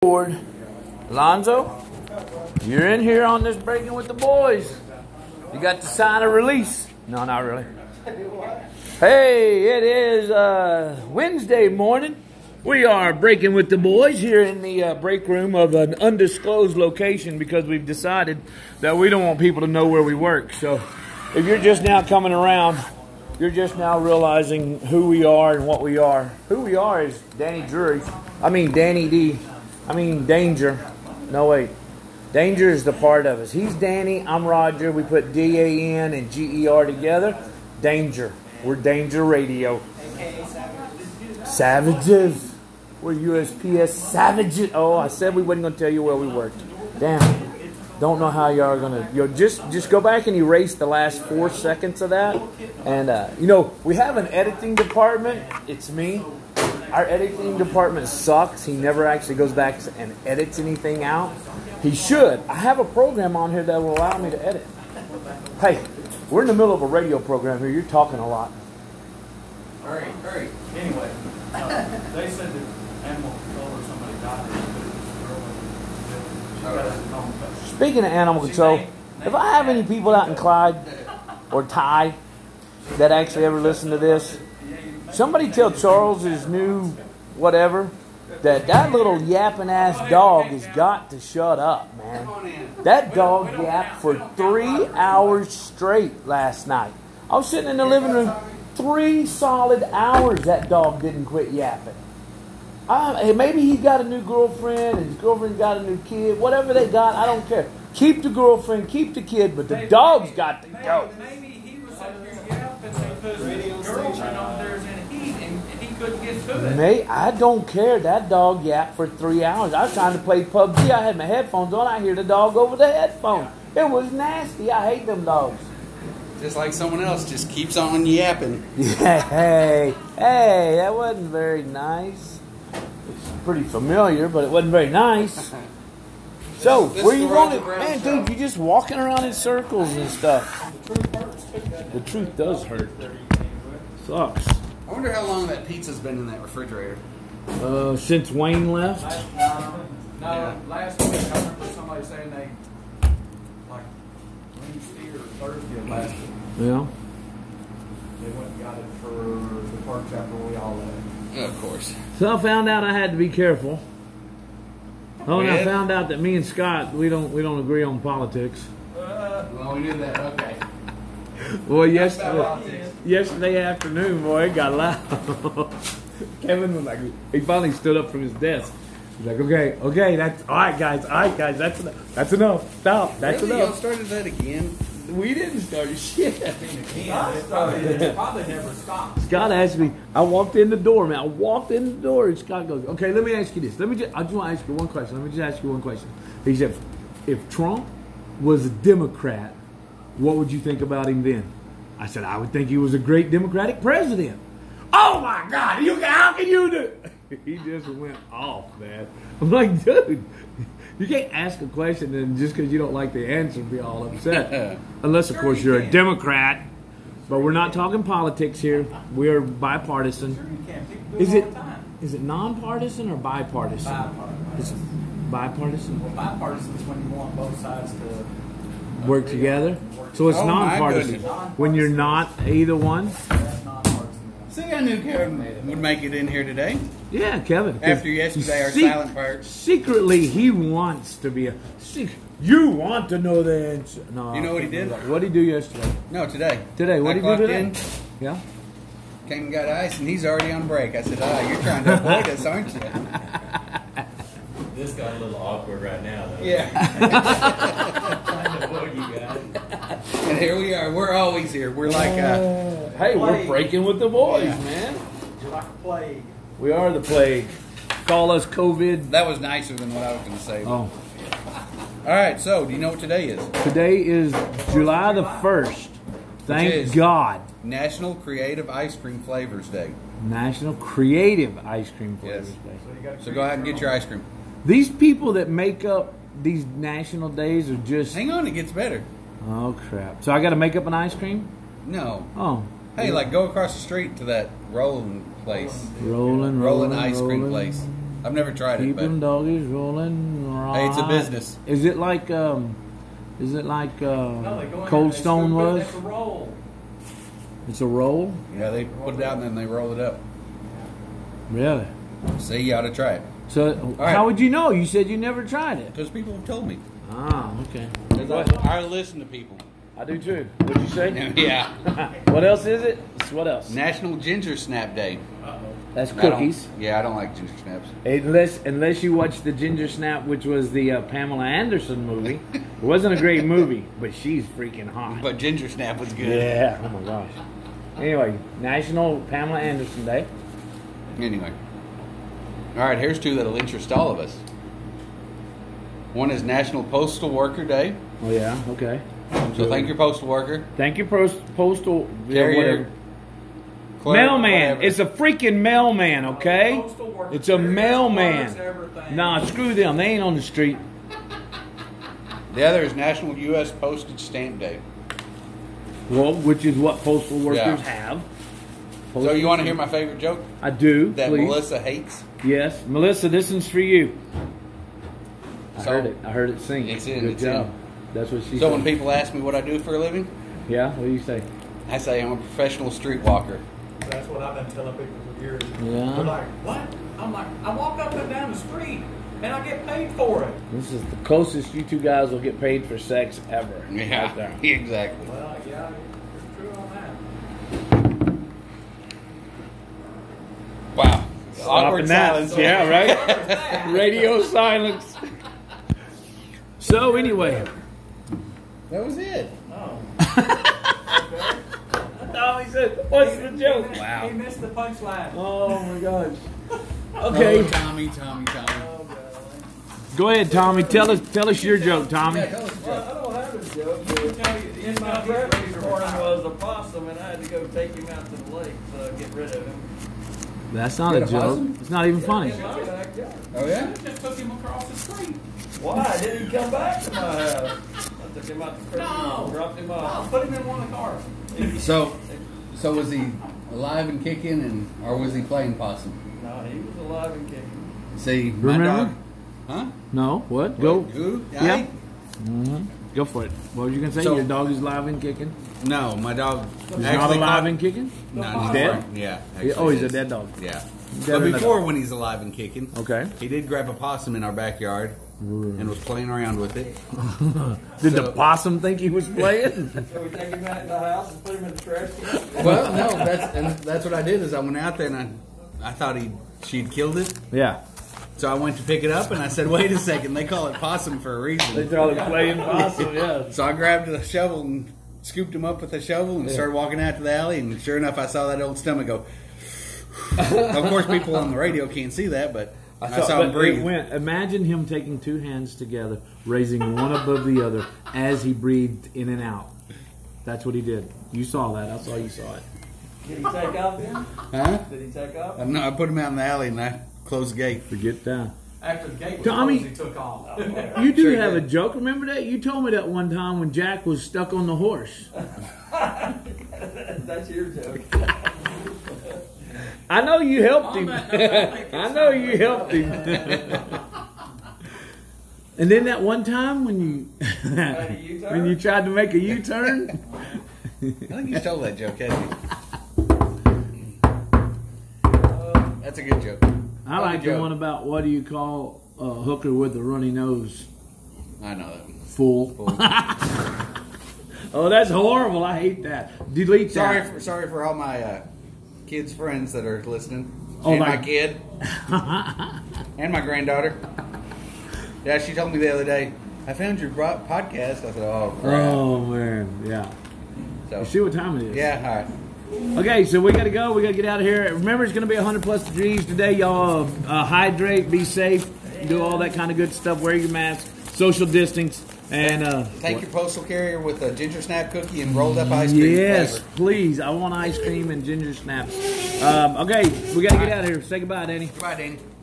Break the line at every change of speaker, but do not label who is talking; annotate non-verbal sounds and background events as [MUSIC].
board. Alonzo, you're in here on this breaking with the boys. You got to sign a release. No, not really. Hey, it is uh, Wednesday morning. We are breaking with the boys here in the uh, break room of an undisclosed location because we've decided that we don't want people to know where we work. So if you're just now coming around, you're just now realizing who we are and what we are. Who we are is Danny Drury. I mean, Danny D. I mean, Danger. No, wait. Danger is the part of us. He's Danny, I'm Roger. We put D A N and G E R together. Danger. We're Danger Radio. Savages. We're USPS Savages. Oh, I said we wasn't gonna tell you where we worked. Damn. Don't know how y'all are gonna. Yo, just just go back and erase the last four seconds of that. And uh, you know we have an editing department. It's me. Our editing department sucks. He never actually goes back and edits anything out. He should. I have a program on here that will allow me to edit. Hey, we're in the middle of a radio program here. You're talking a lot.
Hurry, hurry. Anyway, uh, they said that animal control or somebody died. They put it in the girl and- She got it on the-
Speaking of animal control, if I have any people out in Clyde or Ty that actually ever listen to this, somebody tell Charles's new whatever that that little yapping ass dog has got to shut up, man. That dog yapped for three hours straight last night. I was sitting in the living room, three solid hours that dog didn't quit yapping. I, hey, maybe he got a new girlfriend, and his girlfriend got a new kid. Whatever they got, I don't care. Keep the girlfriend, keep the kid, but the dog's got to go.
Maybe he was up here yapping, they put his girlfriend on there and he, and he couldn't get to it.
Mate, I don't care. That dog yapped for three hours. I was trying to play PUBG. I had my headphones on. I hear the dog over the headphone. It was nasty. I hate them dogs. [LAUGHS]
Just like someone else just keeps on yapping.
hey, hey, that wasn't very nice. It's pretty familiar, but it wasn't very
[LAUGHS]
nice. So,
This- this
where
is
you
the Roger
going?
Brown
Man,
show.
dude, you just walking around in circles and stuff. The truth does hurt. Sucks.
I wonder how long that pizza's been in that refrigerator.
Uh, since Wayne left,
No, last week I remember somebody saying they, like, Wednesday or Thursday of last week,
yeah.
they went and got it for the park after we all left.
Of course.
So I found out I had to be careful. Oh, and I
Yeah.
found out that me and Scott we don't we don't agree on politics.
Well, we knew that. Okay.
Well, yesterday,
Politics.
yesterday afternoon, boy, it got loud. [LAUGHS] Kevin was like, he finally stood up from his desk. He's like, okay, okay, that's all right, guys, all right, guys, that's enough, that's enough, stop, that's
really? Y'all
enough.
started that again?
We didn't start shit.
It probably never stopped.
Scott asked me. I walked in the door, man. I walked in the door, and Scott goes, "Okay, let me ask you this. Let me. Just, I just want to ask you one question. Let me just ask you one question." He said, "If Trump was a Democrat, what would you think about him then?" I said, "I would think he was a great Democratic president." Oh my God! You can, how can you do? [LAUGHS] He just went off, man. I'm like, dude, you can't ask a question and just because you don't like the answer be all upset, unless of course you're a Democrat. But we're not talking politics here. We are bipartisan.
You can't. People do
Is
it
it
all the time.
is it nonpartisan or bipartisan? It's
Bipartisan.
bipartisan.
Well, bipartisan is when you want both sides to.
Work together. So it's
Oh, my
nonpartisan.
goodness.
When you're not either one.
That's not partisan.
See, I knew Kevin would make it in here today.
Yeah, Kevin.
After yesterday, our silent part.
Secretly, he wants to be a. Sec- you want to know the answer. No.
You know what he did?
What did he do yesterday?
No, today.
Today. What
I
did he do
clocked
today?
in,
Yeah.
came and got ice, and he's already on break. I said, ah, you're trying to avoid us, aren't you?
[LAUGHS]
This got a little awkward right now. Though.
Yeah.
What you got?
And here we are. We're always here. We're like, uh,
Oh. Hey, we're
Plague.
breaking with the boys,
Yeah.
man.
You're like a plague.
We are the plague. Call us COVID.
that was nicer than what I was going to say. All
Oh.
right, so do you know what today is?
Today is July the 1st.
Which is-
Thank God.
National Creative Ice Cream Flavors Day.
National Creative Ice Cream Flavors
Yes.
Day.
So you gotta
So go out and get your ice cream.
These people that make up these national days are just.
Hang on, it gets better.
Oh, crap. So I got to make up an ice cream?
No.
Oh.
Hey, like go across the street to that rolling place,
Rolling, rolling,
rolling ice cream
rolling.
place. I've never tried it,
Keep them
but
doggies rolling.
hey, it's a
right.
business.
Is it like um, is it like uh,
No, they go in there,
Cold
they
Stone
scoop it,
was?
It's a roll.
It's a roll,
Yeah, they put it out and then they roll it up.
really.
See, you ought to try it
So
right.
how would you know? You said you never tried it.
because people have told me.
Ah, okay.
'Cause I, I listen to people.
I do too. What'd you say? [LAUGHS]
[LAUGHS] Yeah,
what else is it? It's what else?
National Ginger Snap Day.
That's
I don't-
cookies.
Yeah, I don't like ginger snaps.
Unless unless you watch the Ginger Snap, which was the uh, Pamela Anderson movie. It wasn't a great movie, but she's freaking hot.
But ginger snap was good.
yeah. Oh my gosh. Anyway, National Pamela Anderson Day.
Anyway. All right, here's two that'll interest all of us. One is National Postal Worker Day.
Oh yeah. Okay.
So thank your postal worker.
Thank you, post, postal
Carrier,
whatever.
clerk,
mailman.
whatever.
It's a freaking mailman. Okay.
Postal workers,
It's a
couriers,
mailman.
clerks, everything.
Nah, screw them. They ain't on the street.
the other is National U.S. Postage Stamp Day.
Well, which is what postal workers
Yeah.
have.
So you want to hear my favorite joke
I do.
that
please.
Melissa hates?
Yes, Melissa, this one's for you. I
So-
heard it. I heard it sing.
It's in,
Good
it's
job. That's what she
So
said.
when people ask me what I do for a living,
yeah, what do you say?
I say I'm a professional street
[LAUGHS]
walker.
That's what I've been telling people for years.
Yeah.
They're like,
What? I'm like, I walk up and down the street and I get paid for it.
This is the closest you two guys will get paid for sex ever. Right
Yeah,
there.
exactly.
Well, yeah, it's true on that.
Wow. [LAUGHS]
Stopping
Awkward
that.
silence.
Yeah,
[LAUGHS]
right?
[LAUGHS]
Radio silence. So anyway,
That was it.
Oh.
oh, he said, "What's the joke?"
Wow.
He missed the punchline.
Oh my gosh. Okay,
[LAUGHS] Oh, Tommy, Tommy, Tommy.
Oh,
go ahead, Tommy. Tell us, tell us your joke, Tommy.
Yeah, tell us a joke.
I don't have a joke.
Let me tell you, In my breakfast morning was a possum, and I had to go take him out to the lake to get rid of him.
That's not
You
a
got a
joke.
possum?
It's not even funny.
In my backyard.
Oh yeah.
Just took him across the street.
Why did he come back to my house? I took him out the crib,
No.
dropped him
Oh,
off.
put him in one of the cars.
So, so was he alive and kicking, and or was he playing possum?
No, he was alive and kicking.
See,
Remember?
my dog,
No, what?
huh?
Go.
Who?
Yeah.
I?
Go for it. What were you gonna say?
So-
Your dog is live and kicking.
No, my dog.
He's not alive and kicking.
No, he's
dead?
dead. Yeah.
He- oh, he's a dead dog.
Yeah.
Dead
but
or not
before, when he's alive and kicking,
Okay.
he did grab a possum in our backyard and was playing around with it.
Did
So-
the possum think he was playing?
[LAUGHS]
So we take him out in the house and put him in the trash can.
well, no, that's and that's what I did. Is I went out there and I, I thought he she'd killed it,
yeah.
so I went to pick it up and I said, "Wait a second, they call it possum for a reason."
thought he was
[LAUGHS]
playing possum. Yeah.
So I grabbed the shovel and scooped him up with the shovel and started walking out to the alley. And sure enough, I saw that old stomach go. of course, people on the radio can't see that, but I saw, him breathe.
Went, imagine him taking two hands together, raising one above the other as he breathed in and out. That's what he did. You saw that. I saw you saw it.
Did he take off then?
Huh?
Did he take off?
And I put him out in the alley and I closed the gate.
Forget that.
After the gate was
Tommy.
closed, he took off.
Oh,
You do
Sure
have
did.
a joke. Remember that? You told me that one time when Jack was stuck on the horse.
That's your joke.
I know you helped
On
him.
that note, I think
I
it's-
know you helped [LAUGHS] him. and then that one time when you [LAUGHS]
a U-turn?
when you tried to make a U turn,
I think you stole that joke, hadn't you? That's a good joke.
I like the
joke.
one about what do you call a hooker with a runny nose?
I know that one.
Fool. [LAUGHS] oh, that's horrible. I hate that. Delete
Sorry,
that.
for, sorry for all my uh, kids' friends that are listening.
Oh,
and
my-
my, [LAUGHS] kid. and my granddaughter. Yeah, she told me the other day, I found your bro- podcast. I said, oh, crap.
Oh man, yeah. You
so,
see what time it is?
yeah, all right.
Okay, so we gotta go. We gotta get out of here. Remember, it's gonna be 100 plus degrees today. Y'all uh, hydrate, be safe, do all that kind of good stuff. Wear your mask, social distance, and uh,
Thank your postal carrier with a ginger snap cookie and rolled up ice cream
yes,
flavor.
please. I want ice cream and ginger snaps. Um, okay, we gotta get out of here. Say goodbye, Danny.
Goodbye, Danny.